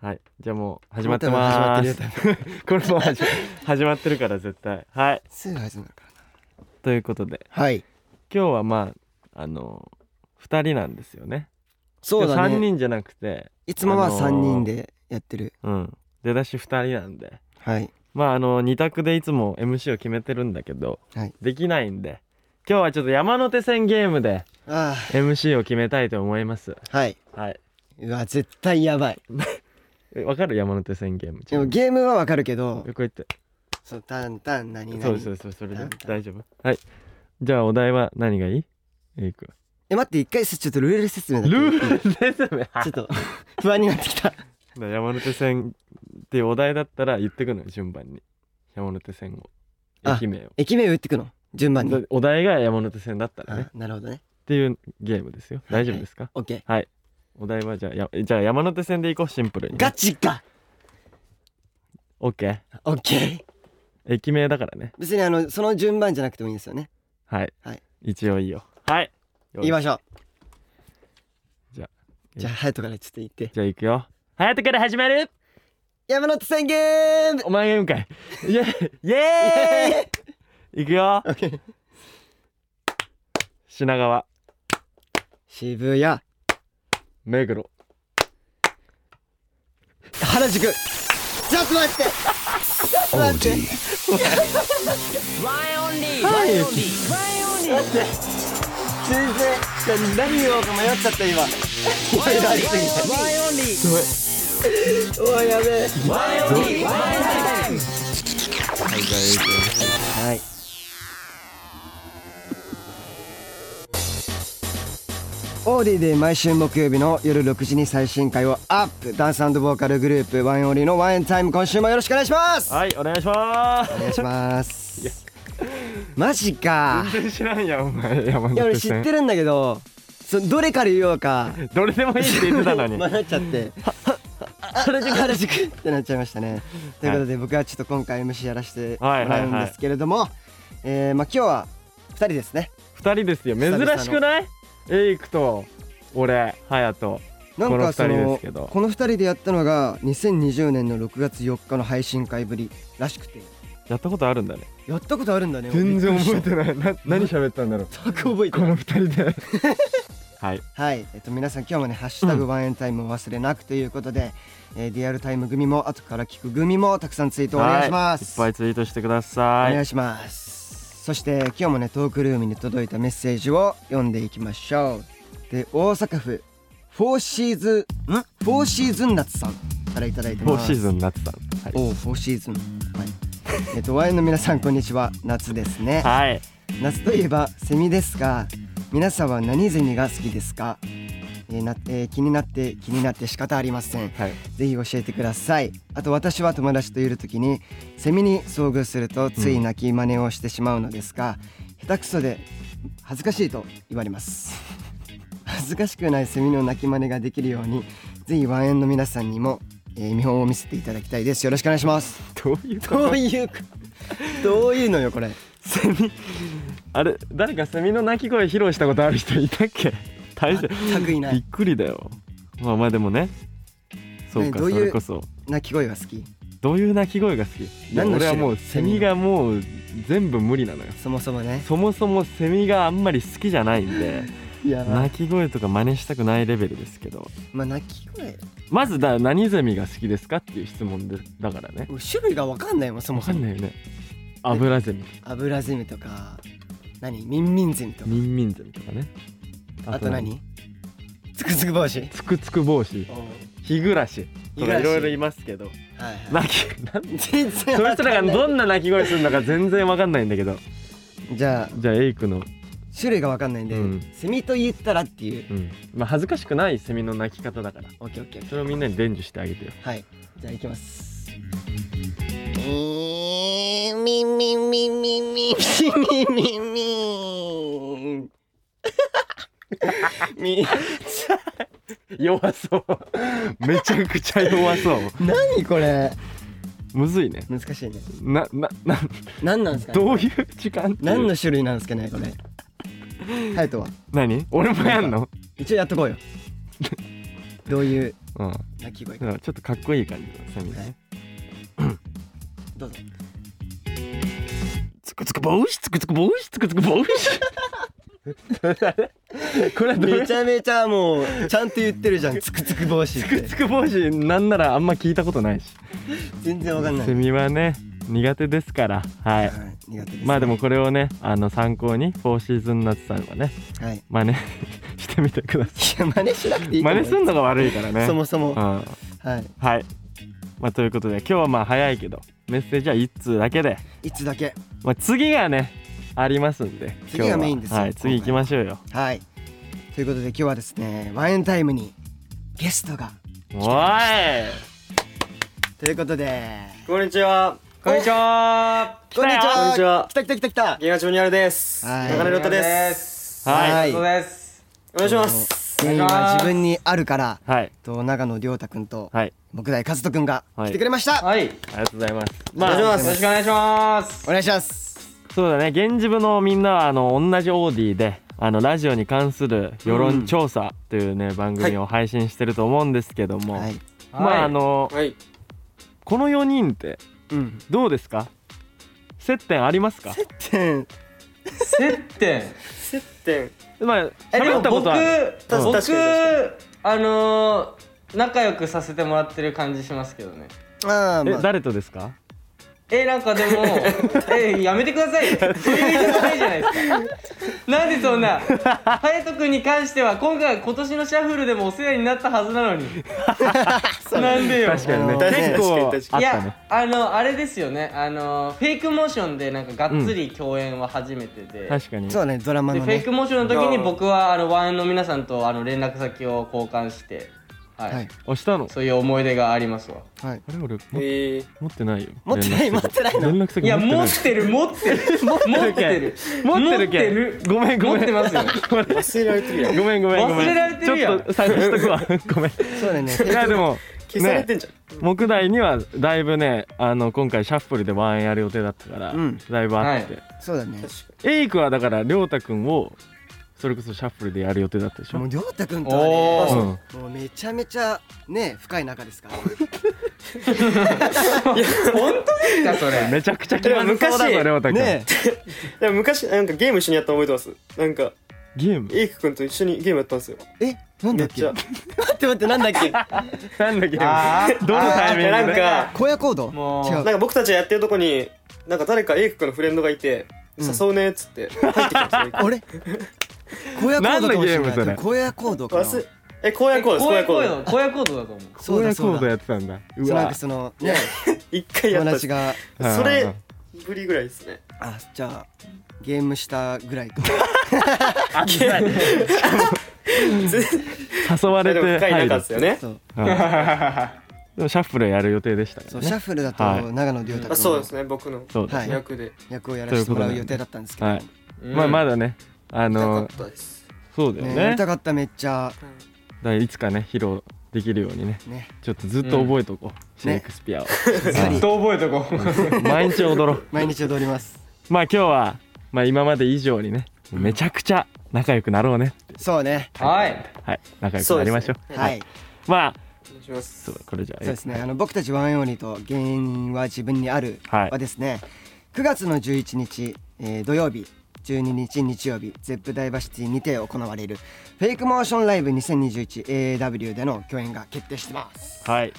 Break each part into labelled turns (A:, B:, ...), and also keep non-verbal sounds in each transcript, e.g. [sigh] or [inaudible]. A: はいじゃあもう始まってま
B: もう
A: す
B: 多分
A: [laughs] これもう始ま始まってるから絶対はい
B: すぐ始まるからな
A: ということで
B: はい
A: 今日はまああの2人なんですよね
B: そうだ
A: 3
B: ね
A: 人じゃなくて
B: いつもは
A: あのー
B: 3人でやってる、
A: うん出だし2人なんで
B: はい
A: まああの2択でいつも MC を決めてるんだけど、
B: はい
A: できないんで今日はちょっと山手線ゲームで
B: あ
A: MC を決めたいと思います
B: あはいう
A: はいう
B: わ絶対やばい
A: えわかる山手線ゲーム
B: でもゲームはわかるけど
A: こうやって
B: そうタンタン何々
A: そうですそうですそれで
B: なんだ
A: 大丈夫はいじゃあお題は何がいいエリ君
B: え待って一回ちょっとルール説明だけ
A: ルールですね
B: [laughs] ちょっと不安になってきた
A: 山手線っていうお題だったら言ってくのよ順番に山手線を
B: あ
A: 駅名を
B: 駅名を打ってくの順番に
A: お題が山手線だったらねっ
B: あなるほどね
A: ていうゲームですよ大丈夫ですか
B: OK
A: はいお題はじゃあやじゃあ山手線でいこうシンプルに
B: ガチか
A: オッケー
B: OK
A: 駅名だからね
B: 別にあのその順番じゃなくてもいいんですよね
A: はい、
B: はい
A: 一応いいよはいよし
B: 言いましょう
A: じゃあ
B: じゃあ隼人からちょっと言って
A: じゃあいくよ隼人から始まる
B: 山手線ゲーム
A: お前が言うんかい
B: [laughs]
A: イエーイイ
B: イ
A: エ
B: エ
A: ーイいくよ
B: ーイ OK
A: 品川
B: 渋谷
A: 目黒
B: 原宿ちょっと待ってちょっと待って
A: はい
B: 全然何言おうか迷っちゃった今いろいろありすぎておいやべえはいオーディで毎週木曜日の夜6時に最新回をアップダンスボーカルグループワンオンリーのワンエンタイム今週もよろしくお願いします
A: はいお願いしま
B: お願いしますマジか
A: す全然知らんやんお前山
B: いや俺
A: 手
B: 知っ
A: 線
B: てるんだけどそどれから言おうか
A: どれでもいいって言ってたの
B: [laughs]
A: に
B: 迷っちゃって原宿原宿ってなっちゃいましたねということで僕はちょっと今回 MC やらせてもらうんですけれどもえーまあ今日は2人ですね
A: 二人ですよ
B: 々の
A: 珍しくないエイクと俺隼人
B: なんかそ
A: この二人で
B: の
A: すけど
B: この2人でやったのが2020年の6月4日の配信会ぶりらしくて
A: やったことあるんだね
B: やったことあるんだね
A: 全然覚え
B: な
A: てないな何喋ったんだろう
B: 全く覚えて
A: こ
B: ない
A: の二人で [laughs] はい
B: はい、えっと、皆さん今日もね「ハッシュタグワンエンタイム」を忘れなくということで、えーリアルタイム組も後から聞く組もたくさんツイートお願いします、
A: はい、いっぱいツイートしてくださ
B: お願
A: い
B: いしますそして今日もねトークルームに届いたメッセージを読んでいきましょうで大阪府フォーシーズンフォーシーズン夏さんからいただいて
A: フォ
B: ま
A: ー
B: す
A: シーズンになってたはい
B: おうフォーシーズンはいえっとワインの皆さんこんにちは夏で
A: [laughs]
B: すね
A: はい
B: 夏といえばセミですが皆さんは何ゼミが好きですか、えーなえー気になって気になって仕方ありません
A: はい
B: ぜひ教えてくださいあと私は友達といる時にセミに遭遇するとつい泣き真似をしてしまうのですが、下手くそで恥ずかしいと言われます [laughs] 恥ずかしくないセミの泣き真似ができるようにぜひワンエンの皆さんにも、えー見本を見せていただきたいですよろしくお願いします
A: どういうこと
B: どういうどういうのよこれ
A: セミあれ誰かセミの鳴き声披露したことある人いたっけ大丈
B: 全くいな
A: びっ
B: い
A: くりだよまあまあでもねそう
B: ね
A: か
B: ど
A: そう
B: いう
A: れこそ
B: 鳴き声が好き
A: どういう鳴き声が好きいや
B: 何の
A: 俺は
B: 種類
A: もうセミがもう全部無理なのよ
B: そもそもね
A: そもそもセミがあんまり好きじゃないんで
B: いや
A: 鳴き声とか真似したくないレベルですけど
B: まあ鳴き声
A: まずだ何ゼミが好きですかっていう質問でだからね
B: 俺種類が分かんないもんそも
A: わ
B: そ
A: か
B: も
A: んないよねアブラゼミ
B: アブラゼミとか何ミンミンゼミとか
A: ミンミンゼミとかね
B: あと何つくつく帽子
A: つくつく帽子
B: おう
A: ヒグラシとかいろいろいますけど
B: はいは
A: 鳴きなん
B: い全然
A: そい
B: わ
A: つら
B: か
A: が
B: んない
A: どんな鳴き声するのか全然わかんないんだけど
B: じゃあ
A: じゃあエイクの、
B: 種類が分かんないんで、
A: うん
B: セミと言ったらっていう
A: うんまあ、恥ずかしくないセミの鳴き方だから
B: オッケーオッケーオッケ
A: それをみんなに伝授してあげてよ
B: ーはいじゃあ行きます
C: ミンミンミンミンミン
B: ミンミンミンみ
A: 弱そうめちゃくちゃ弱そう
B: 何これ
A: むずいね
B: 難しいね
A: ななな
B: 何なんですかね
A: どういう時間
B: 何の種類なんですかねこれハヤトは
A: 何俺もやんの
B: 一応やっとこうよどういう
A: うん、
B: 鳴き声
A: だ
B: か、
A: からちょっとかっこいい感じのセミだね
B: どうぞ
A: つくつくぼうしつくつくぼうしつくつく [laughs] ぼうしこれはどういう
B: めちゃめちゃもうちゃんと言ってるじゃんつくつく帽子っ
A: つく
B: て
A: つくぼうしなんならあんま聞いたことないし
B: 全然わかんない、
A: セ
B: はい、
A: ミはね苦手ですからはい
B: 苦手です、
A: まあでもこれをねあの参考にフォーシーズンナッツさんはね
B: はいい
A: まあね [laughs] してみてくださ
B: や真似しなくてい
A: い
B: いと
A: 真
B: 思う
A: 似すんのが悪いからね
B: そもそ
A: う、
B: も
A: ん
B: はい
A: はいまあということで今日はまあ早いけどメッセージは1通だけで
B: いつだけ
A: まあ次がねありますんで
B: 次
A: 今
B: が
A: 日は
B: メインですよ
A: はい次行きましょうよ
B: はいということで今日はですねワインタイムにゲストが
A: おーい
B: ということで
D: こんにちは。こんにちは。
A: 来たよ
D: こんにちは
B: 来た来た来た来た
D: 銀河町にあるです。
B: はい
D: 中根ロッタです。
E: す
A: はい
B: はい
E: そうです。
D: お願いします。
B: 原因は自分にあるから
A: はい
B: と長野亮太くんと
A: はい
B: 木大和人くんが
A: はい
B: 来てくれました、
E: はい。よ
A: ありがとうございます
D: お願いしま
E: ろし
D: す。
E: くお願いします。
B: お願いします
A: そうだね現地部のみんなはあの同じオーディであのラジオに関する世論調査というね、番組を配信してると思うんですけども、
B: はい [laughs]
A: まああの
D: はい。
A: この4人って
B: うん
A: どうですか接点ありますか
B: うん
E: 接点。
D: 接点。
A: まあ
E: えで
A: 喋
E: も
A: ったこ
E: 僕
A: とある
D: うん確かに確
E: 僕
D: か
E: あのー仲良くさせてもらってる感じしますけどね。
B: ああ
A: え
B: まあ
A: 誰とですか
E: えなんかで
D: [laughs]
E: もえやめてくださいよそういう言い方ないじゃないですかなんでそんな隼人君に関しては今回今年のシャッフルでもお世話になったはずな
D: [laughs]
E: のに [laughs] なんでよ
A: 確かにね
B: あのー
A: 結構
D: 確
A: あっ
E: い
A: た
E: や
A: ね
E: あのあれですよねあのフェイクモーションでなんかがっつり共演は初めてで、
A: 確かに
B: そうだねドラマ
E: で
B: の
E: フェイ
B: ね
E: クモーションの時に僕はあのワンエンの皆さんとあの連絡先を交換して、はい
B: はい
A: 押したの
E: そういう思い出がありますわ
B: はい
A: あれ俺も
D: ええ。
A: 持ってないよ
B: 持ってない
A: 連絡先
B: 持ってないの
A: 連絡先
E: いや
A: 持
E: 持
A: っ
E: ってる持ってる持って
A: [laughs]
E: る
A: 持ってるけん
E: 持ってる
A: ごめん [laughs] ごめん
E: 持ってますよ
D: 忘れられてるやん。
A: ごめんごめんごめん
E: 忘れられてるやん
A: ちょっと探しとくわごめんい
B: そうだね
A: やでも
D: 消されてんじゃん。
A: 木材にはだいぶねあの今回シャッフルでワンエンやる予定だったから、
B: うん
A: だいぶあって、
E: は
B: そうだね
A: エイクはだから亮太くんをそれこそシャッフルでやる予定だったでしょ
B: もう亮太くんと
E: お
B: は
A: ー
B: ねもうめちゃめちゃね深い仲ですから
E: 本当ですかそれ
A: めちゃくちゃ気まずそうだ
D: い
A: ぞ
D: や昔
A: 亮太くん、
B: ね
D: でも昔なんかゲーム一緒にやったの覚えてます。なんか
A: ゲーム
D: エイク君と一緒にゲームやったんですよ。
B: ええなんだ
D: め
B: っ
D: っ
B: け
D: ちゃ
B: 待。って待ってなんだっ
D: [laughs]
B: け
A: なんだゲー
E: あ
A: ムどのタイミングで
D: なんか
B: 荒野行動
E: もう
B: 違
D: なん
B: う
D: か僕たちがやってるとこになんか誰かエイク君のフレンドがいて誘うねっつって入ってきたんですよエイク君。
B: あれ荒
A: なんだ
B: 野行動かもしれない
A: ゲームそれ
B: でも荒野行動 [laughs] かな
D: 忘れえ荒野行動です荒
E: 荒
D: 野
E: 野
D: 行
E: 行動
D: 動
E: 荒野行動だと思う
B: そうだそう
A: コード
B: だ
A: やってたんだう
B: そうなん
A: わ
B: かそのね
D: 一回や
B: 友
D: ったん
B: 達
D: です。
B: が
A: うん
D: それぶりぐらいですね。
B: あじゃあゲームしたぐらい
A: [laughs]
B: か
A: 誘われ
D: でも
A: て
D: 深い
A: 入
D: 仲
A: る
D: ですよね。
B: そう
A: でもシャッフルやる予定でしたか
B: そ
A: ら
B: うシャッ
A: ね
B: フルだと
A: はい
B: 長野亮太
D: あ
B: 君
D: そう
B: の
D: ですね僕の
A: そうですね
D: 役で。
B: 役をやらせてもらう予定だったんですけど
A: はい、
B: ね
A: [laughs] まあまだねあ
D: なかっ
A: の
D: たです。
A: そうだよ
B: や
A: ね
B: り
A: だ
B: た
A: か
B: かっためっちゃ
A: らいつかね披露できるようにね
B: ね
A: ちょっとずっと覚えとこう、シェイクスピアを、
B: り
E: どう覚えとこ
A: 毎日踊ろう
B: 毎日踊ります
A: まあ今日は、まあ、今まで以上にねめちゃくちゃ仲良くなろうね
B: そうね
E: うはい
A: はい仲良くなりましょう
D: そうですね
B: はい
A: まあ
D: お願いします。
A: そうこれじゃあ
B: そうですねあの僕たちワンオンリーと原因は自分にある
A: はい
B: はですね9月の11日、えー土曜日12日日曜日ゼップダイバーシティにて行われるフェイクモーションライブ 2021AW での共演が決定してます、
A: はい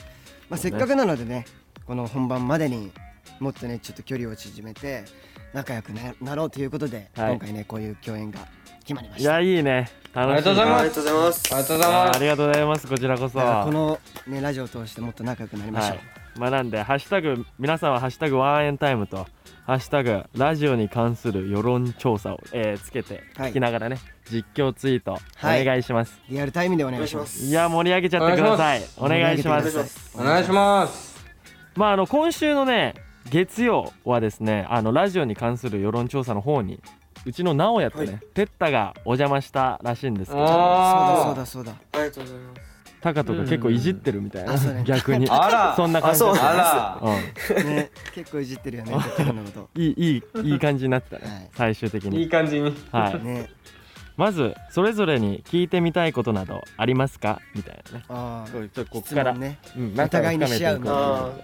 B: まあ、せっかくなのでねこの本番までにもっとねちょっと距離を縮めて仲良くななろうということで、
A: はい
B: 今回ねこういう共演が決まりま
A: い
B: した
A: やいいね楽しい
E: ありがとうござい
D: あ
E: ます
D: りがとうございます。
E: ありがとうござい
A: あ
E: ま
A: ーありがとうございますこちらこそ
B: だからこの、ね、ラジオを通してもっと仲良くなりましょう、
A: はい、まあなんでハッシュタグ皆さんは「ハッシュタグワンエンタイム」と「ハッシュタグラジオに関する世論調査を」えーつけて
B: はい
A: 聞きながらね、実況ツイート
B: はい
A: お願いします、
B: リアルタイムでお
D: お
B: 願
D: 願
B: い
D: いし
B: しま
D: ますす。
A: い、や盛り上げちゃってくださいお
B: お願
A: 願
B: い
A: い
B: し
A: し
B: ま
A: ますす
D: お願いします
E: お願いします
A: まああの今週のね月曜はですねあのラジオに関する世論調査の方にうちの直哉とね、
D: は
A: てったがお邪魔したらしいんですけ
E: お
A: ど
E: ー
B: そうだそうだそうだ
D: ありがとうございます。
A: タカとか結構いじってるみたいな、
B: うんあそうね
A: 逆に
E: あら
A: そんな感じだった
D: あ
E: あ
A: う
B: ね、結構いじってるよね、テクノのこと。
A: んいいいいいい感じになってたね、
B: はい
A: 最終的
E: ら
A: に
E: いい感じに
A: はい
B: ね、
A: まずそれぞれに聞いてみたいことなどありますかみたいなね
B: あ
A: そうちょっとこ
B: 質
A: こから、
B: 問ね
A: うん
B: お互いにし合う
A: 仲を深
D: あ
A: めていこ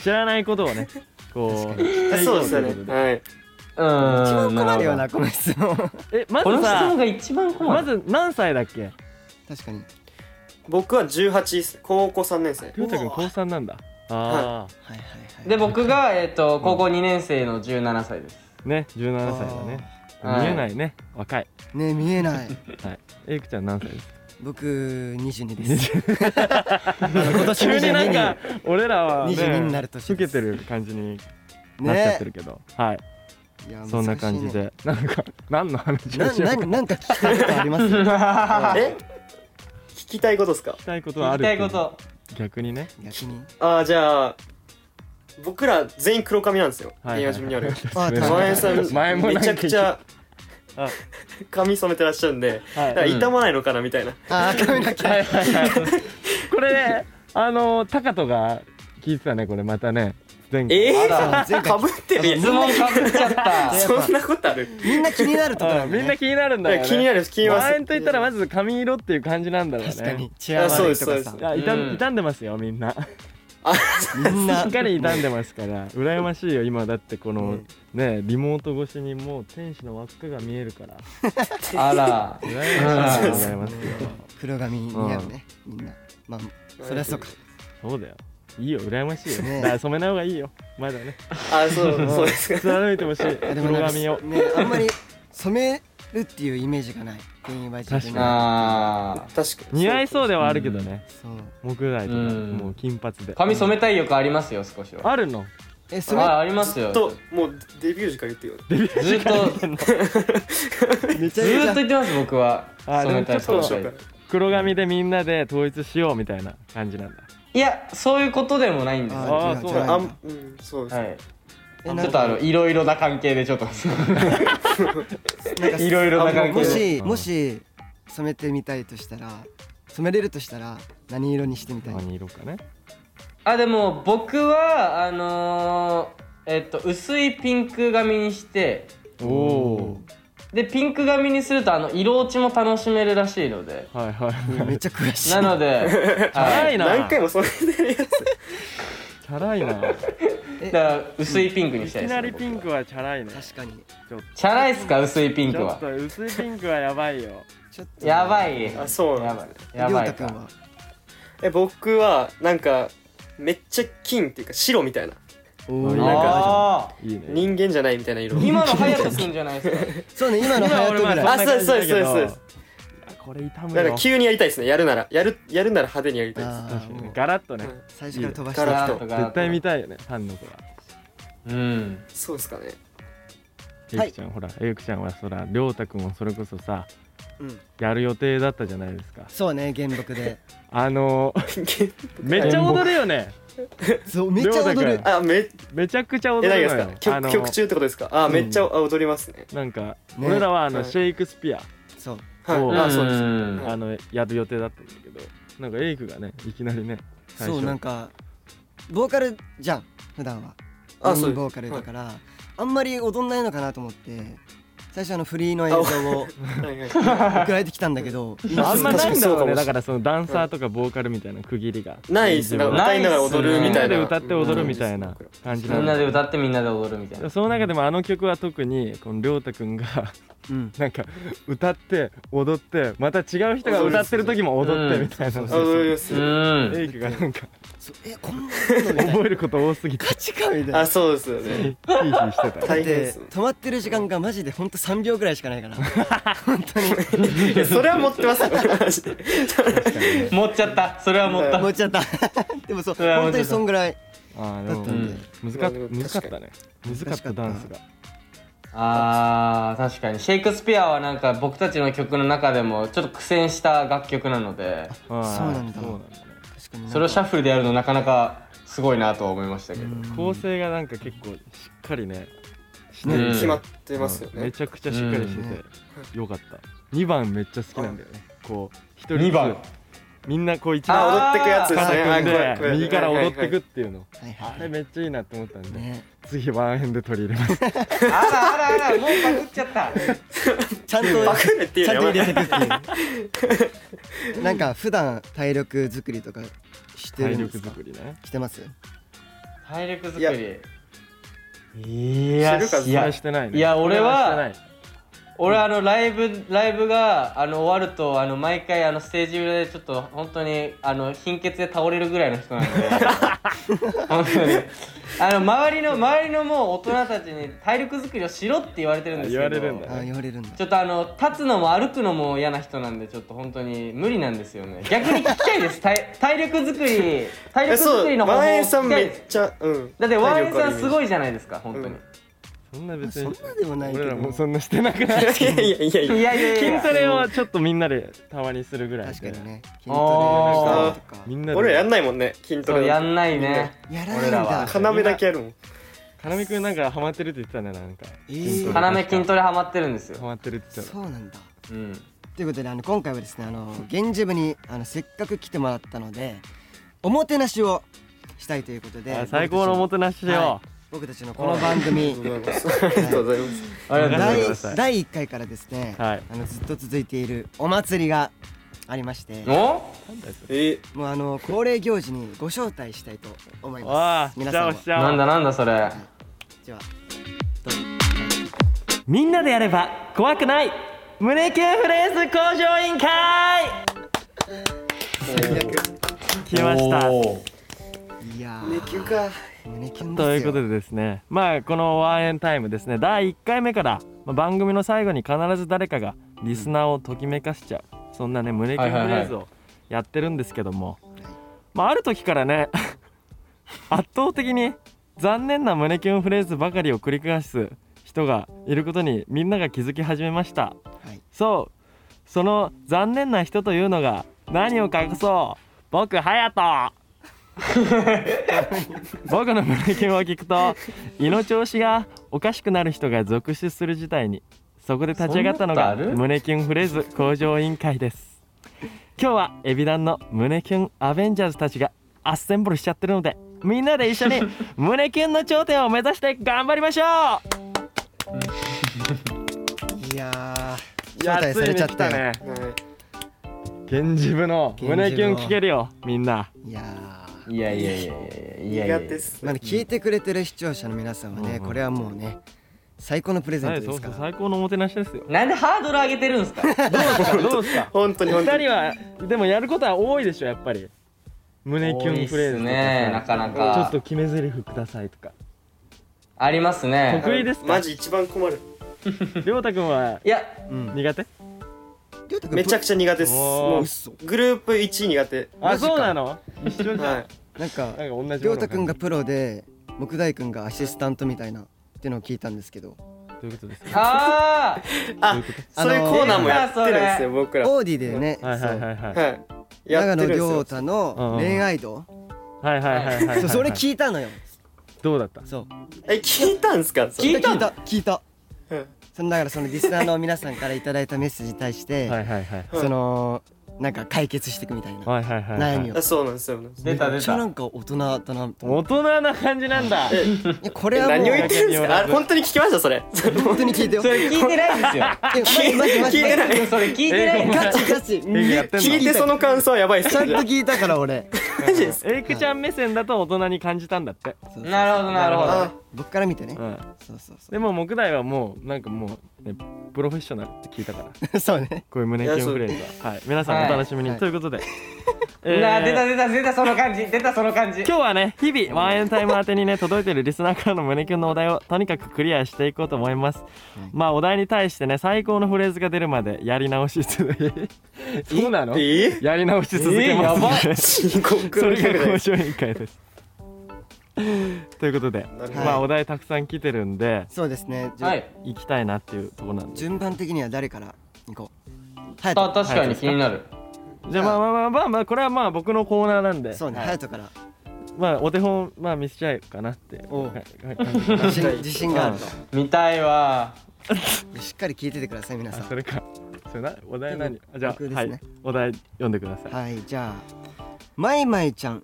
A: う知らないことをねこう
D: あそうですよね
A: 知っていこうということ
D: はい
E: う
B: 一
E: ん
B: 番困るよう
E: な
B: なこの質問
A: えま
E: この
A: ず
E: 質問
A: さ
E: が一番困
A: ま
E: る
A: ず何歳だっけ
B: 確かに
D: 僕は18っす高校3年生
A: りょうたくん高3なんだああ
B: はいはいはい
E: で僕が、えっと高校2年生の17歳です
A: ね17歳だね
E: あー
A: 見えないね若い
B: ね見えない
A: はいエイクちゃん何歳です
B: 僕22です
A: [laughs]
B: あの今年
A: 急になん
B: 22
A: か俺らはね
B: 22になる年です
A: 老けてる感じに
B: に
A: なっちゃって
B: ね
A: るけどはい
B: いや
A: そんな感じでなんか何の話を
B: 難し
A: し
B: い
A: ようか [laughs]
B: ねなななんか聞きたいことあります
D: え聞きたいことですか
A: 聞きたい
E: [laughs]
A: ことは
E: 聞
A: あ
E: き
A: る
E: たいこと
A: 逆にね
B: 逆に
D: ああじゃあ僕ら全員黒髪なんですよ
A: はいはい
D: 宮島にある
B: あ
A: ね
B: 確か
D: 前
B: に
D: さん
A: [laughs] 前もなんか
D: めちゃくちゃ
A: あ
D: 髪染めてらっしゃるんで
A: は
D: だ
A: い
D: から
A: はい
D: 傷まないのかなみたいな
B: あ
A: [laughs]
B: ー髪の毛
A: はいはいこれねあのタカトが聞いてたねこれまたね前回
D: え
E: あら
D: ー、かぶってるやん
E: 質問かぶっちゃ
B: や
E: った
B: っぱ
D: そんなことある
B: みんな気になるとこ
A: あ
B: ろ
A: みんな気になるんだよね
D: 気になる気になります
A: ワインと言ったらまず髪色っていう感じなんだろうね
B: 確かにチア
D: あそ
B: 悪
D: うで
B: い
D: す
B: と
D: そう
B: か
D: です
B: さ
A: いや傷ん
E: うん
A: 傷んでますよみんな
D: あ
B: みんな
A: しっかり傷んでますから羨ましいよ今だってこのねリモート越しにもう天使の輪っかが見えるから
E: あら
A: 羨ましい
E: うん
A: でございますよ
B: 黒髪似合うねみんなまあそりゃそうか
A: そうだよいいよ羨ましいよ
B: ね
A: だから染めない方がいいよまだね
D: あそうそうですか
A: 貫いてほしい
B: いや
A: 黒
B: でもなんか
A: 髪を
B: ねあんまり染めるっていうイメージがない電員バイ
A: 確か
E: あ
D: 確かに
A: 似合いそうではあるけどね
B: そう
A: 木材とか
E: うん
A: もう金髪で
E: ー髪染めたい欲ありますよ少しは
A: あるの
B: え染め
E: あありますよ
D: ともうデビュー時から言ってよ
E: ずっと
B: めちゃめちゃ
E: ずーっと言ってます僕は
A: あ
E: 染めたい
A: でもちょっと
E: 染めたい
A: 黒髪でみんなで統一しようみたいな感じなんだ
E: いやそういうことでもないんですよ
A: あ
B: あ
A: ー
B: ー
A: そう
B: じ
A: だ
B: ゃ
D: あ
B: あ
D: んうんそうです、
E: はいち
B: え
E: ょ
B: なん
E: っとあのいろいろな関係でちょっと
B: なんか
E: いろいろな関係で
B: あもし
A: うん
B: もし染めてみたいとしたら染めれるとしたら何色にしてみたい
A: 何色かね
E: あでも僕はあのーえっと薄いピンク髪にして
A: おお
E: でピンク髪にするとあの色落ちも楽しめるらしいので
A: ーはいはいはい
B: めっちゃ詳しい
E: なので
A: チャラいな
D: 何回もそれでやるやつ
A: チャラいな
E: だから薄いピンクに
A: い
E: したい
A: き
E: です
A: な
E: ね
A: りピン
E: 僕
A: ク
E: は
A: はチャラいね
B: 確かに
A: ちょっ
E: チャラいっすか薄いピン
A: とち
E: ク
A: ょっ
E: は
A: と薄いピンクはやばいよ
B: ちょっと
E: やば
B: い
E: い
D: あそうな
E: や
D: んで
E: ば
D: す
E: い
D: ね
E: や
B: りょう
E: ば
B: た
E: い
B: くん
E: か
B: は
D: え僕はなんかめっちゃ金っていうか白みたいな
B: お
A: あ
B: ー
A: りょうたくんは
E: ああ
A: いいね
D: 人間じゃないみたいな色
E: ー今の隼人くんじゃないですか
B: そうね今の流行ってるぐ
A: 俺
B: らい
A: ま
D: あ
A: そんな感じだけど
D: あそうですそうですそう
A: いやこれ痛む
D: だから
A: よ
D: 急にやりたいですねやるならやるやるなら派手にやりたいです
B: あ
A: 確
B: ー
A: かに
B: もう
A: ガラッとね
D: うん
B: 最初から飛ばし
D: ガ
B: て
D: ラ
B: る
D: ッと
A: 絶対見
E: た
A: たいよねファンの子は
E: うん
D: そうですかね [laughs]
A: エイ
B: はい
A: クちゃんほらエイクちゃんはそらりょうたくんもそれこそさ
B: うん
A: やる予定だったじゃないですか
B: そうね原木で
A: あ
D: [laughs]
A: のーめっちゃ踊るよね
B: そうめっちゃ踊
A: りょう
B: る
A: た
D: あめ
A: めちゃくちゃ
D: え
A: 踊
D: 何
A: る
D: がで
A: の
D: すか
A: よあの
D: 曲
A: ー
D: 曲中ってことですかあめっちゃあ踊りますね
A: なんか
B: ね
A: 俺らはあの
D: はい
A: シェイクスピア
B: そう
D: はい
A: そう
D: あそうです
E: ん
A: あのやる予定だったんだけどなんかエイクがねいきなりね最
B: そう
A: 初
B: なんかボーカルじゃん普段は
D: あ
B: メイン
D: そうです
B: ボーカルだから、あんまり踊んないのかなと思って最初あのフリーの映像を
D: はいは
B: 送られてきたんだけど
A: あんまないんだろうね
D: 確かにそうかもしれな
A: だ
D: い
A: からそのダンサーとかボーカルみたいな区切りが
D: いないですね
A: 自分
E: な
D: 歌いながら踊るみたいな
A: みんなで歌って踊るみたいな感じ
E: み
A: なんん
E: な
A: だ
E: で歌ってみんなで踊るみたいな
A: その中でもあの曲は特にこの亮太くんが [laughs]
B: うん
A: なんか歌って踊ってまた違う人が歌ってる時も踊ってみたいな
D: あ踊ります
E: うん
A: エイクがなんか
B: そうえこんなことみたいな
A: 覚えること多すぎて
B: 価値観みたいな
D: あそうですよね
A: ヒーヒーしてた
B: だっ
D: 大変で
B: て
D: す
B: 止まってる時間がマジでほんと3秒ぐらいしかないから本当に
A: [laughs]
D: いやそれは持ってますよマジで
E: 持っちゃったそれは持った
B: 持っちゃった [laughs] でもそう
E: うわ
B: 本当にそんぐらい
A: あーで
B: だ
A: も
B: ったんで、
A: 難
D: うん
A: 難かったね難かったダンスが
E: あー確かにシェイクスピアはなんか僕たちの曲の中でもちょっと苦戦した楽曲なので
A: あー
B: そうなん
A: そ
B: だ
A: うなんだね
B: 確かになんか
E: それをシャッフルでやるのなかなかすごいなとは思いましたけど
A: 構成がなんか結構しっかりねして
E: うん
A: る
D: 決まってますよ
A: め
D: ね
A: ちゃくちゃしっかりしてて、よかった2番めっちゃ好きなんだよねこう一人ずつ
E: 2番
A: みんなこう一
E: あ
A: 番
D: あ踊ってくやつですね
A: から
D: あ
A: 組ん
D: これ
A: で
D: これ
A: 右から踊って
D: はい
A: くっ
D: はい
A: ていうの
B: はいは
A: あれめっちゃいいなと思ったん
B: い
A: で
B: ね
A: 次ワンヘンで取り入れ
D: [laughs]
A: ます
E: あらあらあらもうパクっちゃった
B: ちゃんと
D: パクるっていう
B: ちゃん
D: の
B: と
D: は
B: 入れてくっていうなんか普段体力作りとかして
A: 体
B: るん
A: 力
B: ですか
A: 作りね
B: してます
E: 体力作
D: いや
E: り
A: い
D: やしてるか
A: いやしてないね
E: いや俺は
A: してない
E: 俺あのライブライブがあの終わるとあの毎回あのステージ裏でちょっと本当にあの貧血で倒れるぐらいの人なんで本当にあの周りの周りのもう大人たちに体力作りをしろって言われてるんですけど
A: あ言われるんだ
B: あ言われるんだ
E: ちょっとあの立つのも歩くのも嫌な人なんでちょっと本当に無理なんですよね逆に聞きたいです
D: [laughs]
E: 体体力作り体
D: え
E: 力
D: そ
E: 作り
D: う
E: の方法
D: ワ
E: を
D: ンエ
E: 聞
D: ンさん
E: きた
D: め
E: い
D: っちゃうん
E: だってワンエンさんす
D: い
E: ごいじゃないですか本当に、
A: そんな別
B: そん
A: に
B: なでもないけ
A: 俺らもう
B: ど
A: そんなしてなくない
D: [laughs] いやいやいやいや
E: いやいやいや
A: 筋トレはちょっとみんなでたまにするぐらいで
B: 確かにね筋
E: あ
B: ト
D: ー
B: レしたりとか
A: みんなで
D: 俺らやんないもんね筋ト
E: そう
D: レ
E: やんないね
B: やらない
E: 俺
B: ん
E: らは
B: だ
D: 要だけやるもん
A: かなみくんなんかハマってるって言ってたねなんか
B: えー
E: 要筋トレハマってるんです
A: ハ
E: よ、
A: マってるって言ってた
B: そうなんだ
E: うん、
B: ということであの今回はですねあの源氏部にあのせっかく来てもらったのでおもてなしをしたいということで
A: あ最高のおもてなし
B: は
A: よ
B: い僕たちのこの番組
D: ありがとうございます
E: ありがとうござい
B: 第
E: ます
A: ございます
B: 第1回からですね、
A: はい
B: あのずっと続いているお祭りがありまして
E: お
D: え
B: もうあの恒例行事にご招待したいと思いま
A: わあ
B: す
A: し
B: 皆
A: ち
B: さん
A: ゃお
B: も
A: うしちゃおう
E: なんだなんだそれ
B: じゃあ
A: みんなでやれば怖くない胸キュンフレーズ向上委員会来ました
E: おー
B: いやー
D: ー、休か
B: 胸キュンですよ
A: ということでですねまあこのワンエンタイムですね第1回目から、まあ、番組の最後に必ず誰かがリスナーをときめかしちゃうそんなね胸キュンフレーズをやってるんですけども、まあある時からね [laughs] 圧倒的に残念な胸キュンフレーズばかりを繰り返す人がいることにみんなが気づき始めました、
B: はい
A: そうその残念な人というのが何を隠そう僕 [laughs] 隼人僕の胸キュンを聞くと胃の調子がおかしくなる人が続出する事態にそこで立ち上がったのが
E: そんなことある
A: 胸キュンフレーズ向上委員会です今日はエビダンの胸キュンアベンジャーズたちがアッセンブルしちゃってるのでみんなで一 [laughs] 緒に胸キュンの頂点を目指して頑張りましょ
B: いやー
A: う
B: 招待されちゃったよ
A: ね
D: はい
A: 現実部の胸キュン聞けるよみんない
B: やー
E: いやいやいやいやいやいや
D: 苦
E: い
D: 手
E: や
D: っす
B: まあね聞いてくれてる視聴者の皆さんはね、
A: うんうん
B: これはもうね最高のプレゼントで
A: そう
B: す
A: そ
B: か
A: う
B: ら
A: 最高のおもてなしですよ
E: なんでハードル上げてるんですか
A: どうですか
D: 本当に
A: 二
D: 本当に
A: 人はでもやることは多いでしょやっぱり胸キュンフレーズとかさ
E: 多いっすねなかなか
A: ちょっと決め台詞くださいとか
E: ありますね
A: 得意ですか
D: マジ一番困る
A: りょうたくんはい
E: や
B: うん
A: 苦手
B: りょうたくん
D: めちゃくちゃ苦手です
A: おー
D: もう
B: 嘘
D: グループ1位苦手
A: あ
B: マジか
A: そうなの一緒じゃん、
D: はい
B: なんか
A: なんか同じ
B: り
A: よ
B: ょ
A: う
B: う
A: な
B: たくん
A: 感じ
B: がプロで木大くんがアシスタントみたいなってのを聞いたんですけど
A: どういうことですか
E: あ
D: あそういうコーナーもやってるんです
E: あの
D: よ僕らは
B: オーディでね、
A: はいはいはいはい
D: いや
B: 長
D: ってる
B: 野
D: んです
B: 亮
D: よ
B: 太の恋愛度、
A: はいはいはいはい
B: そうそれ聞いたのよ
A: どうだった
B: そう
D: え聞いたんすかそれ
E: 聞いたの
B: 聞いた
D: うん
B: そのだからそのリスナーの皆さんからいただいたメッセージに対して、
A: はいはいはい
B: そのなんか解決していくみたいな、
A: はいはいはいはい
B: 悩みを
D: あそうなんですよ
E: ー出た
B: めっ
E: 出
B: ちゃな
E: た
B: んか大人だなと思っ
A: 大人な感じなんだ
D: え
B: ていやこれはもう
D: 何を言ってるんですかあ本当に聞きましたそれ
B: 本当に聞いてよ
E: それ聞いてないですよ
B: えマジマジマジ
D: 聞いてない
E: それ聞いてないんです
B: ガチガチ
A: えやってんの
D: 聞いてその感想はやばいっす
B: ちゃ
D: よ
B: んと聞いたから俺
D: マジです
A: エイクちゃん目線だと大人に感じたんだって
E: なるほどなるほど
D: あ
B: 僕から見てね、
A: うん
B: そうそうそ
A: でも木大はもうなんかもうねプロフェッショナルって聞いたから
B: うそうね
A: こういう胸キュンフレーズははい皆さんお楽しみ
B: は
A: に
B: い
A: ということでえー
E: な出た出た出たその感じ出たその感じ
A: 今日はね日々ワンエンタイム宛てにね届いてるリスナーからの胸キュンのお題をとにかくクリアしていこうと思います、まあお題に対してね最高のフレーズが出るまでやり直し続けそうなの
D: え
A: やり直し続けます、ね
D: 深
A: [laughs]
D: 刻
A: そ
D: な
A: れ
D: 客
A: が
D: だよ
A: 交渉委員会ですということで、
D: ほど
A: まあお題たくさん来てるんで
B: そうですねじゅ
E: はい
A: 行きたいなっていうところなんです
B: 順番的には誰から行こうハヤ
E: た
B: ト
E: 確かに気になる
A: じゃあまあまあまあまあまあこれはまあ僕のコーナーなんで
B: そうね
A: はい
B: ハヤトから
A: まあお手本まあ見せちゃえかなって
B: おう
A: はいはいはい
B: 自 [laughs] 信自信があると
E: 見たいわ
B: しっかり聞いててください皆
A: あ
B: さん
A: [laughs] それかそれなお題何あじゃあ、
B: 僕です
A: は
B: ね
A: いお題読んでください、
B: はいじゃあまいまいちゃん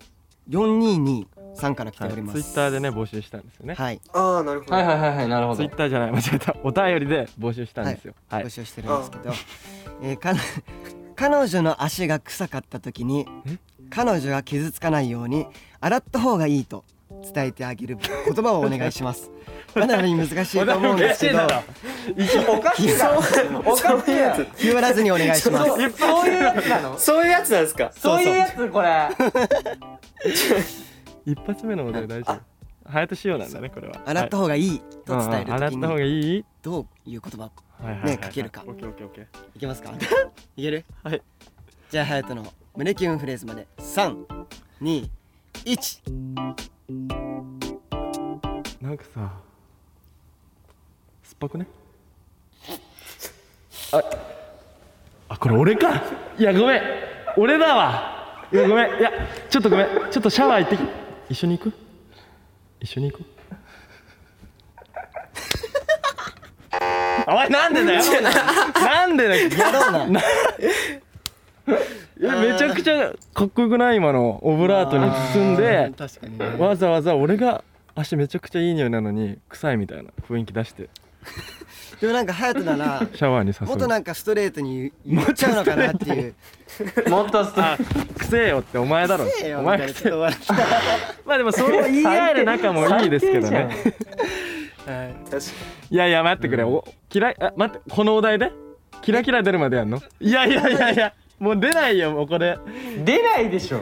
B: 422さんから来て
A: は
B: お
A: い、ツ
B: り
A: イ
B: ます、
A: ッターでね募集したんですよね、
B: はい、
D: ああなるほど、
E: はいはいはいはいなるほ
A: ツイ
E: ど
A: ッターじゃない間違えたお便りで募集したんですよはい、
B: 募集してるんですけど、えーかな彼女の足が臭かった時に彼女が傷つかないように洗った方がいいと伝えてあげる言葉をお願いします
A: [laughs]
B: かなり難しいと思うんですけど
E: おかしいなおかしいな
B: 気張らずにお願いします
E: そうそういうやつなの
D: そういうやつなんですか
E: そういうやつこれ
A: 一発目のお題大丈夫隼人仕様なんだねこれは
B: 洗った方がいいと伝える
A: はいうん
B: 時
A: 洗った方が
B: に
A: いい
B: どういう言葉
A: はいはいはい
B: ねかけるか
A: オッケーオッケーオッケー
B: いけますか [laughs] いける
A: はい
B: じゃあ隼人の胸キュンフレーズまで321
A: なんかさ酸っぱくねああこれ俺かいやごめん俺だわいやごめんいやちょっとごめんちょっとシャワー行ってき一緒に行く一緒 [laughs] に行くおいなんでだよなんでだよ
B: やろう
A: [laughs]
B: な
A: いやめちゃくちゃかっこよくない今のオブラートに包んで
B: 確かに
A: わざわざ俺が足めちゃくちゃいい匂いなのに臭いみたいな雰囲気出して
B: でもなんか隼人なら
A: シャワーに
B: もっと
A: 誘う
B: なんかストレートに言っちゃうのかなっていう
E: もっとスト
A: あくせえよってお前だろ
B: ええよ
A: お
B: み
A: 前
B: たいな
A: く
B: ち
A: せ
B: ょっ
A: え
B: と笑っ
A: [laughs] まあでもそう言い合える仲もいいですけど
E: 最低
A: ね
B: たはい
D: 確か
A: いやいや待ってくれ、お嫌いあ待ってこのお題でキラキラ出るまでやんのいやいやいやいやもう出ないよもうこれ
E: 出ないでしょ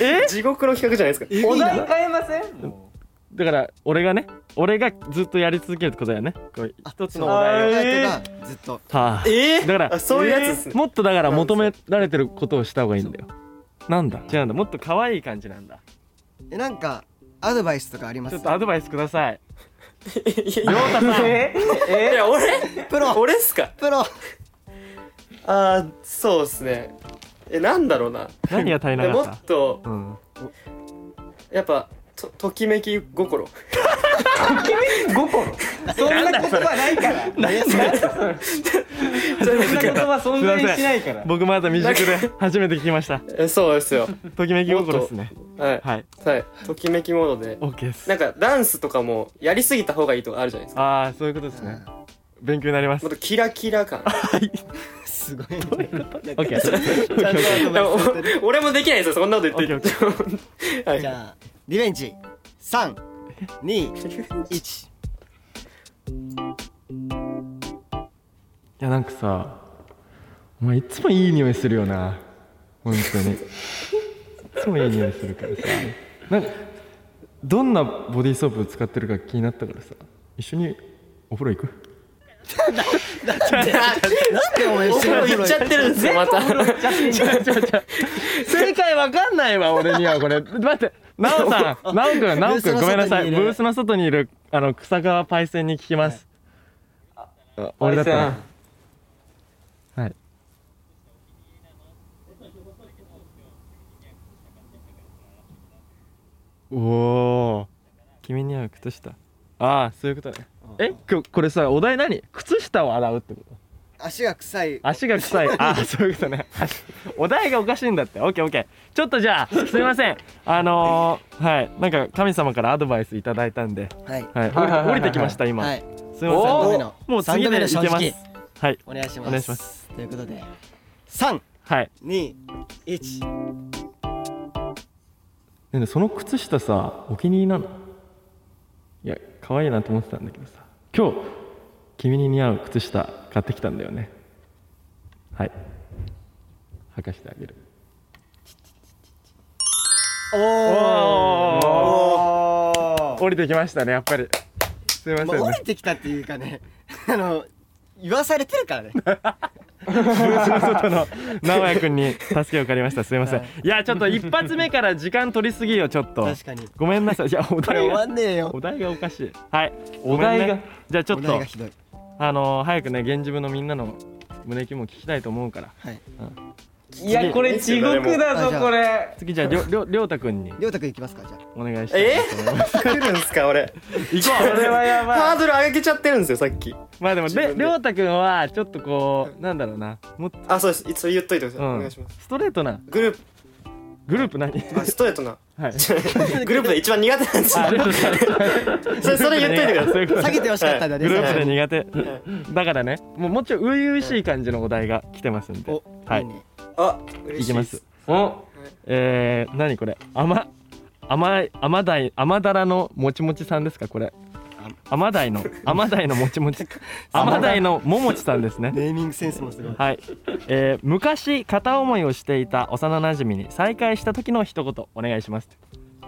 A: え
D: に地獄の企画じゃないですか
E: お題変えませんも
A: だから俺がね俺がずっとやり続けるってことだよねこう一つのお
E: そう
A: 題を
E: えー
B: 隼人がずっと
A: はあ
D: え
A: だ
D: え
A: から
D: あそういうやつですね、
A: もっとだから求められてることをした方がいいんだよなんだ違うんだもっと可愛い感じなんだ
B: えなんかアドバイスとかありま
A: ち
B: す
A: ょっとアドバイスください
D: いや
E: うえ
D: い
E: え
D: や俺
B: プロ
D: 俺っすか
B: プロ [laughs]
D: あーそうっすねえなんだろうな
A: 何が足りな
D: も
A: かっ
D: っと
A: たうん
D: やっぱとときめき心
E: 五個そんな言葉ないからそんな言葉存在しないから
A: 僕まだ未熟で初めて聞きました
D: えそうですよ
A: ときめき心ですね
D: はい
A: はい
D: はいときめきモードで
A: OK です
D: なんかダンスとかもやりすぎた方がいいとかあるじゃないですか
A: ああそういうことですね勉強になります
D: もっとキラキ
A: [laughs]
D: ラ感
B: すごいどういうこと
A: OK
B: ちゃんとアド
D: で
B: バイ
D: も
B: スされてる
D: お [laughs] 俺もできないですよそんなこと言って [laughs] はい
B: じゃあリベンジ321
A: いやなんかさお前いつもいい匂いするよな本当にいつもいい匂いするからさなんかどんなボディーソープ使ってるか気になったからさ一緒にお風呂行く
B: なんでお前
D: お [laughs]
B: 一
D: 風
B: 緒
D: 呂
B: に
D: 行っちゃってるんですよまた [laughs]
A: 正解わかんないわ俺にはこれ待って奈緒さ [laughs] ん奈緒くん奈緒くんごめんなさいブ
B: ブ
A: ー
B: ー
A: スの外にいるあの草川パイセンに聞きます、あ俺だったらはいおお君には靴下ああそういうことねえここれさお題何靴下を洗うってこと
B: 足が臭い
A: 足が臭いああそういうことね足お題がおかしいんだってオッケーオッケーちょっとじゃあすいませんあのー、はいなんか神様からアドバイスいただいたんで、
B: はい
A: はい、降
E: はい
A: り
E: はいはいはい
A: 降りてきました今、
B: はい
A: すいません
E: おー
B: 三度目の
A: もう次でいけ
B: 三度
A: ま
B: 目の
A: す
B: 正
A: はい
B: お願いします
A: お願いします
B: ということで321
A: はいねえその靴下さお気に入りなのいや可愛いなと思ってたんだけどさ今日君に似合う靴下買ってきたんだよねはい履かしてあげるおお降りてきましたねやっぱりすいません
B: まあ、降
A: ね
B: りてきたっていうかね [laughs] あの言わされて
A: [laughs]
B: るからね
A: 外 [laughs] の直哉君に助けを借りましたすいません、い、やちょっと一発目から時間取りすぎよちょっと
B: 確かに
A: ごめんなさいいやお
B: これ
A: 題
B: 終わ
A: が
B: んねえよ
A: お題がおかしいはい
E: お題
A: ごめ
E: が
A: んねじゃあちょっ
B: お題
A: と
B: がひどい
A: あのー早くね現地部のみんなの胸キュンも聞きたいと思うから
B: はい
E: いやこれ地獄だ
B: あじ
E: ぞ
B: ゃあ
E: これ
A: 次じゃありょり
D: [laughs]
A: ょりょうたくんに
B: りょうたくんいきますかじゃあ
A: お願いしたい
D: え
A: なと思います
D: 来るんすか俺
A: 行こ
E: これはやば
D: [laughs] ハ
E: い
D: ードル上げちゃってるんですよさっき
A: う [laughs] まあでも
D: 自分
A: り
D: で
A: ょうたくんはちょっとこうなんだろうなもっと
D: あそうですそれ言っといてください、
A: うん
D: お願いします
A: ストレートな
D: グルー
A: グループ
D: [laughs]
A: 何はい
D: プあストレ
A: [laughs]
D: ートな
A: あ
D: グループで一番苦手なんですよ
A: ありがとうございます
D: それそれ言っといてください
A: そううこと
B: 下げてほしかったんだね
A: グルー
B: そ
A: プ
B: れ
A: で苦手だからねもうもうちょい初々しい感じのお題が来てますんで
B: お、
A: はい
B: いね
D: あ嬉
A: い
D: し
A: き
D: い
A: ま
D: です
A: す
E: お
A: えー、何これ甘甘い甘だい甘だらのもちもちさんですかこれ甘だいの甘だいのもち
D: [laughs]
A: もち甘だいのももちさんですね
B: ネーミングセンスもすごい
A: はい、えー、昔片思いをしていた幼馴染に再会した時の一言お願いします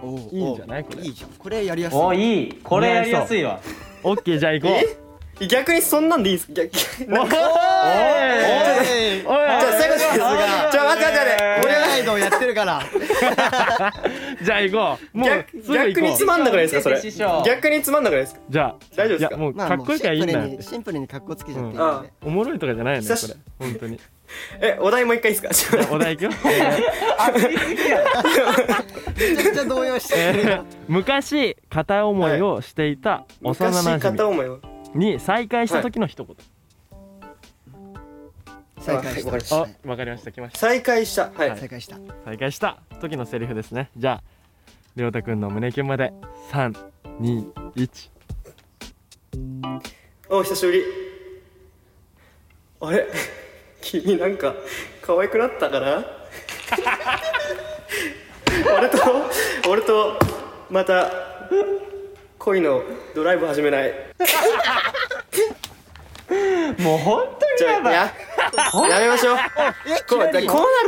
B: おー
A: いいんじゃない
B: おー
A: これ
B: いいじゃんこれやりやすい
E: おいいこれやりやすいわ
A: オッケーじゃあ行こ
D: え逆にそんなんでいいんすか
A: [laughs]
D: 逆逆なんか
A: うお
D: じゃあ
A: い
D: 最後ですがじゃあ待って待って待って
B: 盛り上がないのをやって
A: [laughs]
B: るから
A: じゃあ行こうも
D: 逆
A: うすぐ行
D: 逆に
A: こ
D: つまんなくないですかそれ
E: 師匠
D: 逆につまんなくないですか
A: うじゃあ
D: 大丈夫
A: い
D: です
A: や
D: か
A: もう
B: まあ
A: かっこよくはいいんだ
B: もうシンプル
A: よ
B: にシンプルにかっこつけちゃっていいんで、
A: うん
D: あ
A: おもろいとかじゃないよねこ
D: 久し
A: れ本当に
D: えお題もう一回いいですか [laughs]
A: お題行くよ
B: めちゃくちゃ動揺して
A: え
B: る、
A: ー昔片思いをしていた幼
D: 昔
A: 馴
D: 片
A: 染
D: 思いを
A: に再会した時の一言、
B: 再開した、
D: わかりま
A: あ
B: はい
A: わかりました来ました
D: 再会したはい、
A: は
B: 再開した
A: 再会した時のセリフですねじゃありょうたくんの胸キュンまで三二一
D: お久しぶりあれ [laughs] 君なんか可愛くなったかな [laughs] 俺と俺とまた恋のドライブ始めない
E: もう本当
D: じ
E: に
D: ゃ
E: や
D: あ
E: ばい
D: ややめましょうこうこうな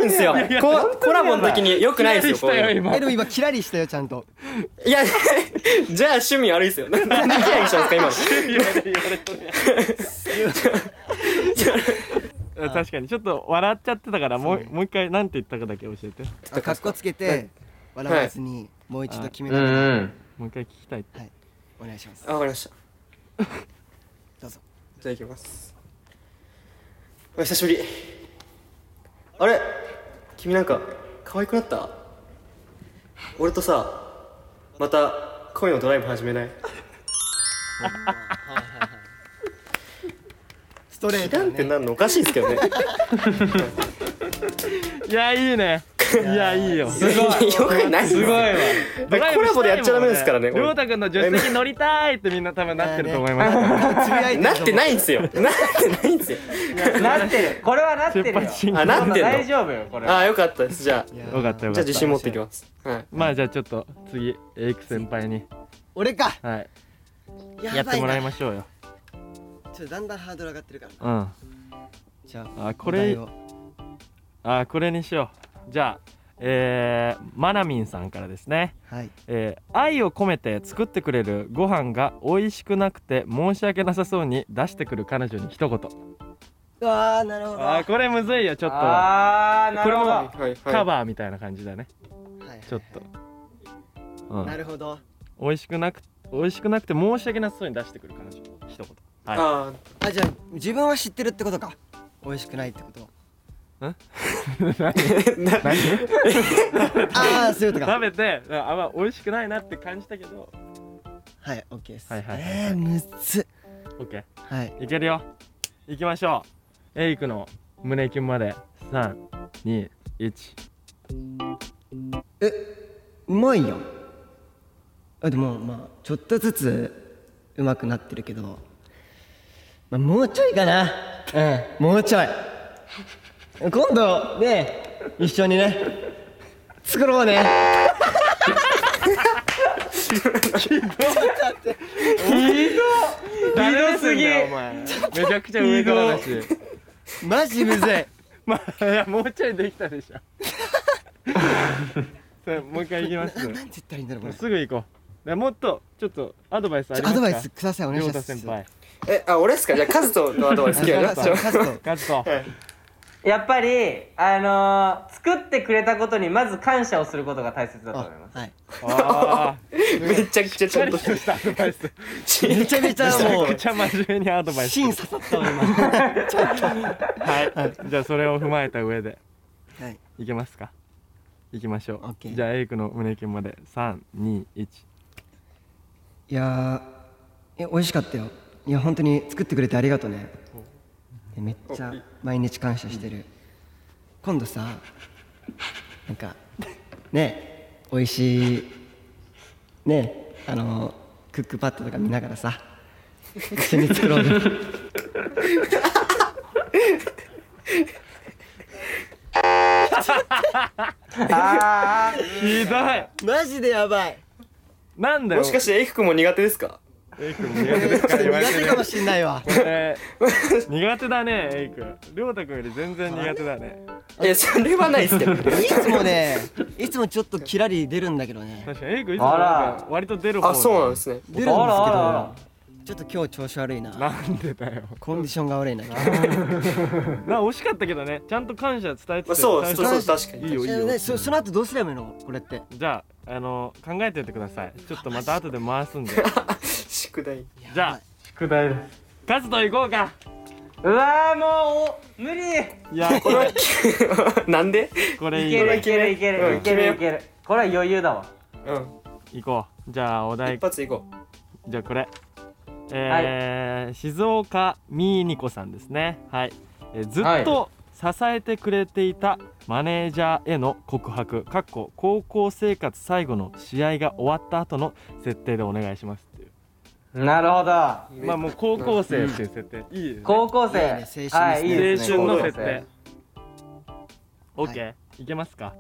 D: るんですよ
A: や
D: こうコラボの時によくないですよ
A: し
D: こう
A: たよ
D: いうの
A: 今
B: えでも今キラリしたよちゃんと
D: いやじゃあ趣味悪いですよ何何嫌いにしたんですか今の [laughs]
A: うん [laughs] 確かにちょっと笑っちゃってたからもうもう一回なんて言ったかだけ教えて
B: あかっこつけて笑わずにもう一度決め
E: う
B: られる、
E: んうん
A: もう一回聞きたい
B: はいお願いします
D: あわかりました
B: どうぞ
D: じゃあ行きますお久しぶりあれ君なんか可愛くなった俺とさまた恋のドライブ始めない
B: ストレート
D: なんてなんのおかしいですけどね
A: いやいいねいやいいよ
E: すごい
D: よくない
E: すごいわ
D: だからコラボでやっちゃダメですからね
A: りょうたくんの助手席乗りたいってみんな多分なってると思います
B: つぶやいてると思う
D: なってないんですよなってないんですよ
E: なってるこれはなってるよ
A: 切羽沈
D: あ
A: む
D: なってん
E: 大
D: の
E: 丈夫よこれ
D: あ
E: は
D: あよかったですじゃあ
B: い
D: じ
B: や
A: よ
B: ー
A: かったよか
D: ゃあ
A: った
D: 自信持ってきますはい
A: まあじゃあちょっと次エイク先輩に
B: 俺か
A: はい
B: や
A: やってもらい
B: ま
A: ましょうよ
B: ちょっとだんだんハードル上がってるから
A: うんあ
B: じゃ
A: あこれ
B: お題を
A: ーこれにしようじゃあえー、マナミンさんからですね
B: はい
A: えー愛を込めて作ってくれるご飯が美味しくなくて申し訳なさそうに出してくる彼女に一言
B: ああなるほど
A: あーこれむずいよちょっとは
E: あーなる
A: こ
E: ほ
A: れ
E: ど
A: も
D: はいはい
A: カバーみたいな感じだね
B: はい
A: ちょっと、う、
B: なんるほど
A: 美味しくなく美味しくなくて申し訳なさそうに出してくる彼女一言はい
D: あ
B: あじゃあ自分は知ってるってことか美味しくないってこと
A: [laughs]
B: ああそういう
A: 食
B: ことか
A: べてあんま美味しくないなって感じたけど
B: はいオッケーです
A: はいはいはいはい
B: えーむっつ
A: OK
B: はい
A: いけるよいきましょうエイクの胸キュンまで321
B: うまいよあでもまあちょっとずつうまくなってるけど、まあ、もうちょいかなうんもうちょい今度ね一緒にね作ろうね
E: ひどすぎ
A: お前めちゃくちゃ上からだし
B: マジむずい
A: まあいやもうちょいできたでしょ [laughs] それもう一回いきます
B: ななんて言ったらいいんだろうこれち
A: すぐ行こうでもっとちょっとアドバイスあり
B: ょ
A: ます
B: ア
A: か
B: ドバイスくださいお願いし
A: 亮
B: ま
A: 太
B: す
A: 先輩
D: ーえあ俺っすかじゃあカズトのアドバイス好きやな
B: カズトカズト
A: カズト
E: やっぱりあのー、作ってくれたことにまず感謝をすることが大切だと思います
B: はい
A: あー
D: めちゃくちゃち
A: しっ
D: ゃ
A: か
D: ん
A: り
D: と
A: としたアドバイス
B: め [laughs] ちゃめちゃも
A: めっちゃ真面目にアドバ
B: う
A: イス
B: 芯刺さったわ今
D: [laughs]
A: はいじゃあそれを踏まえた上で
B: はい
A: いけますかいきましょう、
B: OK
A: じゃあエイクの胸キュンまで321
B: いやーえ美味しかったよいや本当に作ってくれてありがとうねでめっちゃ毎日感謝してる今度さなんかねえ美味しいねえあのクックパッドとか見ながらさ一緒に作ろうよ
E: [laughs]
A: ひどい
B: マジでやばい
A: なんだよ
D: [laughs] もしかしてエイク君も苦手ですか
A: エイク苦手ですか
D: [laughs]
B: 苦
A: 言われて
B: 手
A: る
B: かもしんないわ
A: えー苦手だねエイクりょうたくんより全然苦手だね
D: いやそれはないですけど
B: いつもねいつもちょっとキラリ出るんだけどね
A: 確かにエイクいつもなんか割と出る方
D: [laughs] あそうなん
A: ん
D: ですね
B: 出るんですけど
E: あらあらあら
B: ちょっと今日調子悪いな
A: なんでだよ
B: コンディションが悪いな今日
A: な惜しかったけどねちゃんと感謝伝えてて
D: まあそう
A: 最
D: そう
A: 初
D: そう確かに
A: いいよいい
B: え
A: よ
B: ねそその後どうすればいいのこれって
A: じゃああの考えておいてくださいちょっとまた後で回すんで
D: 宿題 [laughs]
A: じゃあ宿題ですカズと行こうか
E: うわーもうお無理
A: いやこれ
D: なんで
A: これい
E: い
A: い
E: ける
A: ね
E: いけるいけ
D: うん
E: るいけるいけるこれは余裕だわ
D: うん
A: 行こうじゃあお題
D: 一発いこ
A: じゃあこれえー静岡みーにこさんですねはい、えーずっと支えてくれていたマネージャーへの告白かっこ高校生活最後の試合が終わった後の設定でお願いしますっていう
E: なるほど
D: う
A: まあもう高校生っていう設定、いいですね
E: 高校
B: いい
E: 生
B: ね青春ですね
E: はいいいですね
A: 青春の
E: 高校
A: 設定
E: 生
A: OK、いけますか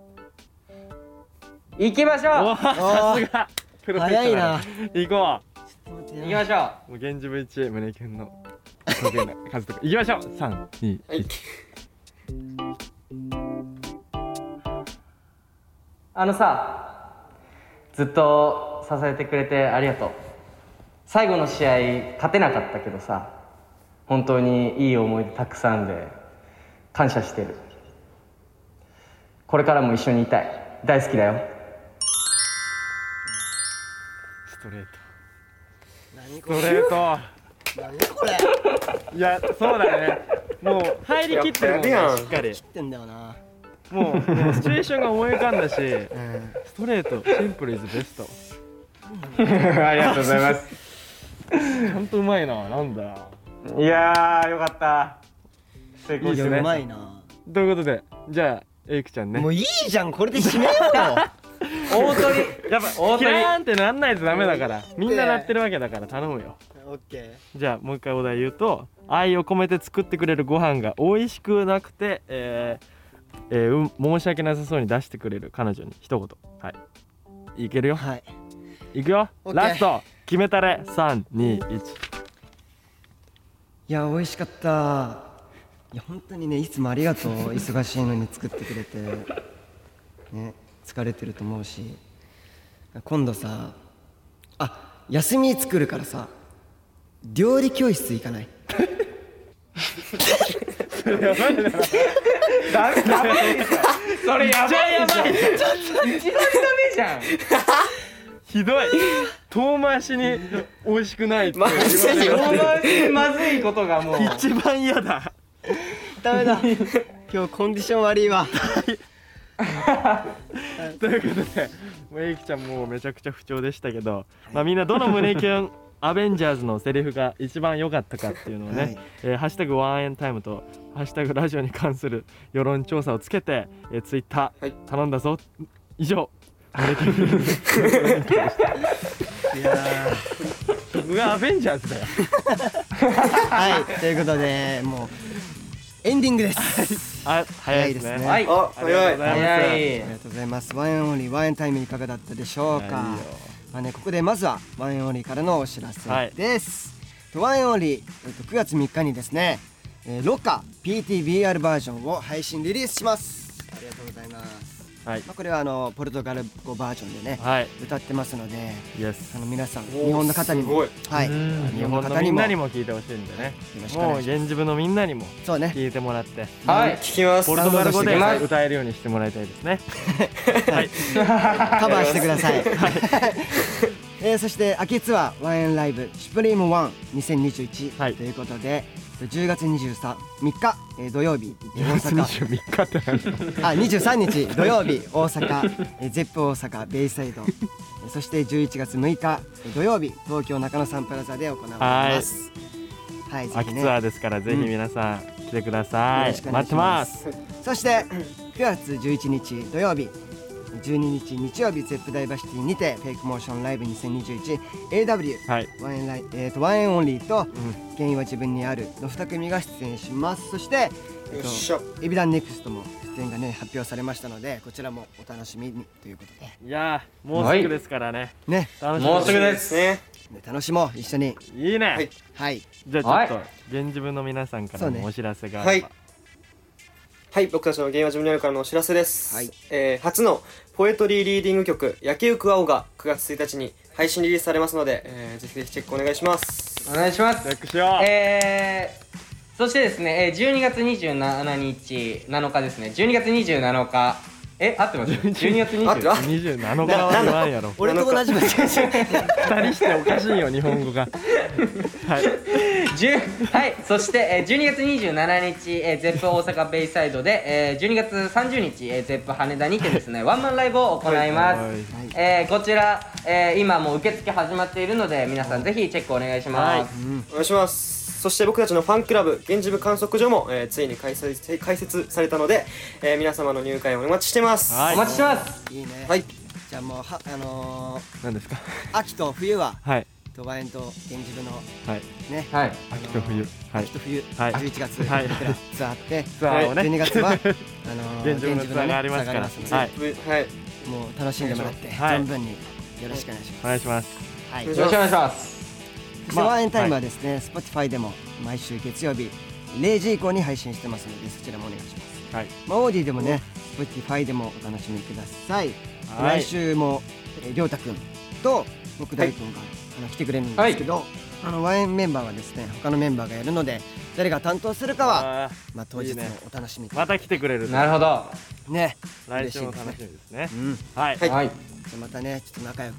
E: 行きましょ
A: お
E: う
A: おさすがプロフェッショナル
B: 早いな
A: 行こ
E: 行きましょ
A: うもう現地部一胸キュンの得意な数とか行きましょう三二
D: うはい
E: うあのさずっと支えてくれてありがとう最後の試合勝てなかったけどさ本当にいい思い出たくさんで感謝してるこれからも一緒にいたい大好きだよ
A: ストレート
B: 何こ
A: ストレート
B: 何これ
A: いやそうだねもう入りきってるもんね
D: やっぱやるやん
A: しっかり
B: 切ってんだよな
A: もうもうシチュエーションが思い浮かんだしストレートシンプルイズベスト [laughs] ありがとうございますちゃんとうまいななんだ
E: いやーよかった成
A: 功
E: 功
A: し
E: してて
A: ね
B: うまいな
A: ということでじゃあエイクちゃんね
B: もういいじゃんこれで締めよ [laughs]
E: 大鳥
A: やっぱ
E: 大
A: キ
E: 鳥
A: ラーンってなんないとダメだからみんな鳴ってるわけだから頼むよ
B: うオッケー
A: じゃあもう一回お題言うと愛を込めて作ってくれるご飯が美味しくなくて、えーえーうん申し訳なさそうに出してくれる彼女に一言はいいけるよ
B: はい
A: いくよ
B: オッケー
A: ラスト決めたれ321
B: いや美味しかったいや本当にねいつもありがとう忙しいのに作ってくれてね疲れてると思うし今度さあ休み作るからさ料理教室行かない
E: ダメダメですよそれやばいやばい一番ダメじゃん
A: ひどい遠回しに美味しくないって
D: マ [laughs] ジでよ
E: 遠回しにまずいことがも
A: [laughs]
E: う
A: 一番嫌だ
B: ダメだ今日コンディション悪い [laughs] わ
A: [laughs] ということでもうエイキちゃんもうめちゃくちゃ不調でしたけど、まあ、みんなどの胸キュンアベンジャーズのセリフが一番良かったかっていうのをね「
B: はい
A: えーハッシュタグワンエンタイム」と「ハッシュタグラジオ」に関する世論調査をつけて、えー、ツイッター、
D: はい
A: 頼んだぞ以上胸キュン
B: いや
A: 僕がアベンジャーズだよ
B: ーはいということでもうエンディングです
A: あ早いですね
E: はい
D: あ
A: ありがとう
D: 早
A: ご
D: い
A: ざいます
E: 早い
B: ありがとうございますワンエンオンリーワンエンタイムいかがだったでしょうか
A: いやいいよ
B: まあね、ここでまずはワンエンオンリーからのお知らせです、ワンエンオンリー、えっと、9月3日にですね、えー、ロカ PTBR バージョンを配信リリースしますありがとうございます、
A: はい
B: まあ、これはあのポルトガル語バージョンでね、
A: はい
B: 歌ってますので
A: イエス
B: あの皆さん
D: おー
B: 日本の方にも
D: す
B: はい
A: 日本のみんなにも聞いてほしいんでね
B: よろしくお
A: もう
B: 願いしま
A: 現地部のみんなにも
B: すそうね
A: 聞いてもらって
E: はい
D: 聞きます
A: ポルトガル語で
B: ダウンロードしてください
A: 歌えるようにしてもらいたいですねはい
B: カバーしてください。えーそして秋ツアーワンエンライブ「シュプリーム1 2 0 2 1
A: はい
B: ということで、 10月23日、えー土曜日えー大阪
A: 日ってなる
B: あ23日土曜日大阪えーゼップ大阪ベイサイドえーそして11月6日えー土曜日東京中野サンプラザで行われますはいぜひ
A: 秋
B: ね
A: ツアーですからぜひ皆さん来てくださ
B: よ
A: い
B: ろしくお願い
A: 待っ
B: してま
A: ます
B: すそして9月11日土曜日12日日曜日ゼップダイバーシティにてフェイクモーションライブ 2021AW
A: はい
B: ワンエンライ、えー、とワンエンオンリーと
A: ん
B: 「原因は自分にある」の2組が出演しますそして、え
D: よ
B: ー
D: っしゃ
B: とエビダンネクストも出演がね発表されましたのでこちらもお楽しみにということ
A: い
B: で
A: やーもうすぐですからね
B: ね
A: 楽し
E: もうすぐ
A: み
E: です
D: ね
B: ね楽しもう一緒に
A: いい
D: はい
A: ね
B: はい
A: じゃ
E: は
A: あ
E: い
A: ちょっと現地部の皆さんか
B: そ
A: ら
B: うね
A: もお知らせがあ
D: は
A: れ
D: い
A: ば
D: はい、僕たちのゲームは自分にあるからのお知らせです。
B: はい
D: えー初のポエトリーリーディング曲、焼けゆく青が9月1日に配信リリースされますので、えーぜひぜひチェックお願いします。
E: お願いします
A: チェックしよう
E: [laughs] えー、そしてですね、えー12月27日、7日ですね、12月27日、え、合ってます ?12 月
D: 合ってる
E: 27
D: あ
E: 日。
A: 27日は言わんやろ
B: 俺と同じ間違え
A: 二人しておかしいよ日本語がはい
E: 10はい、そして、えー12月27日、えー、ゼップ大阪ベイサイドで、えー12月30日、えー、ゼップ羽田にてですね、ワンマンライブを行います。
A: はい
E: えーこちら、えー今もう受付始まっているので、皆さんぜひチェックお願いします。
D: お願いします。そして僕たちのファンクラブ、現地部観測所も、えーついに開催開設されたので、えー皆様の入会をお待ちしてます。
A: はい
E: お待ちしてます。
B: たいいね
D: はい
B: じゃあもうはあの
A: 何ですか
B: ー、秋と冬は
A: はい
B: とワインと現地部の
A: はい
B: ね
E: はい。
A: 秋と冬はい
B: 秋と冬、
A: はい
B: 11月 [laughs] 僕
A: はい
B: らツアーあって、
A: ツアーをね
B: 12月はあのー、
A: [laughs] 現地部のツアーがありますから
B: 現地部のねツアーがありますので
A: はい
D: ぶはい。
B: もう楽しんでもらって、
A: はい
B: 存分によろしくお願いします。
A: お願いします
B: はい。
D: お
B: そ
E: よ
B: して
E: ろしくお願いします。
A: まあ
B: ワンエンタイムはですね、Spotify でも毎週月曜日0時以降に配信してますので、そちらもお願いします。
A: はい
B: まあ、オーディでもね、Spotify でもお楽しみください。
A: はい
B: 来週も、えー、りょうたくんと僕大くんが、あの来てくれるんですけど、あのワンエンメンバーはですね、他のメンバーがやるので、誰が担当するかは、
A: あー
B: まあ当日
A: いい
B: の
A: ね
B: お楽しみと
A: また来てくれると
E: なるほど。は
B: ね。
A: 来週も楽しみですね
B: うん。じ
A: はい
D: はい
E: い。
B: ゃあまたね、ちょっと仲良く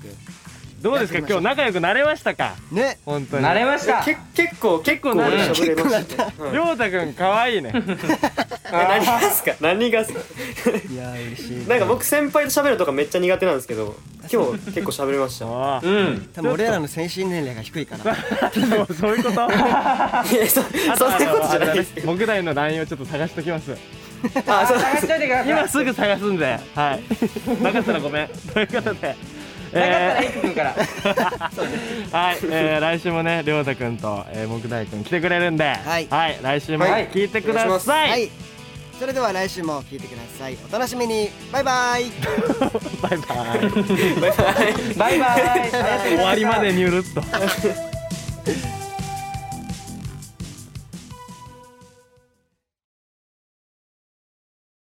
A: どうですか
B: やって
A: 今
B: みましょう
A: 日仲良くなれましたか
B: ね。
A: 本当に
E: 慣れました。
D: け結構、結構
A: な
D: 俺
A: る
D: 喋れましたね。うん
A: りょうたくん可愛いね
D: え何がっすか何がっすか [laughs]
B: いやー嬉しい。
D: なんか僕先輩と喋るとかめっちゃ苦手なんですけど、今日結構喋れました。
A: あー
E: うん。
B: 多分俺らの精神年齢が低いから。
A: そうそういうこと
D: いやそそんなことじゃないですけど。
A: 僕らの LINE をちょっと探してきます
D: あ、そう
E: 探しといてください。
A: 今すぐ探すんではいなかったらごめんということで
E: なかったら
A: え
E: エイク君から。
A: ーはい、えー、来週もね、りょうたくんと、えー、木大くん来てくれるんで、
B: はい
A: 来週も
D: はい
A: 聞いてくだ
D: お願いし
A: さい。
B: はい。それでは来週も聞いてください。お楽しみに。バイバイ。
A: バイバイ。
E: バイバイ。
A: 終わりまでにゅるっと。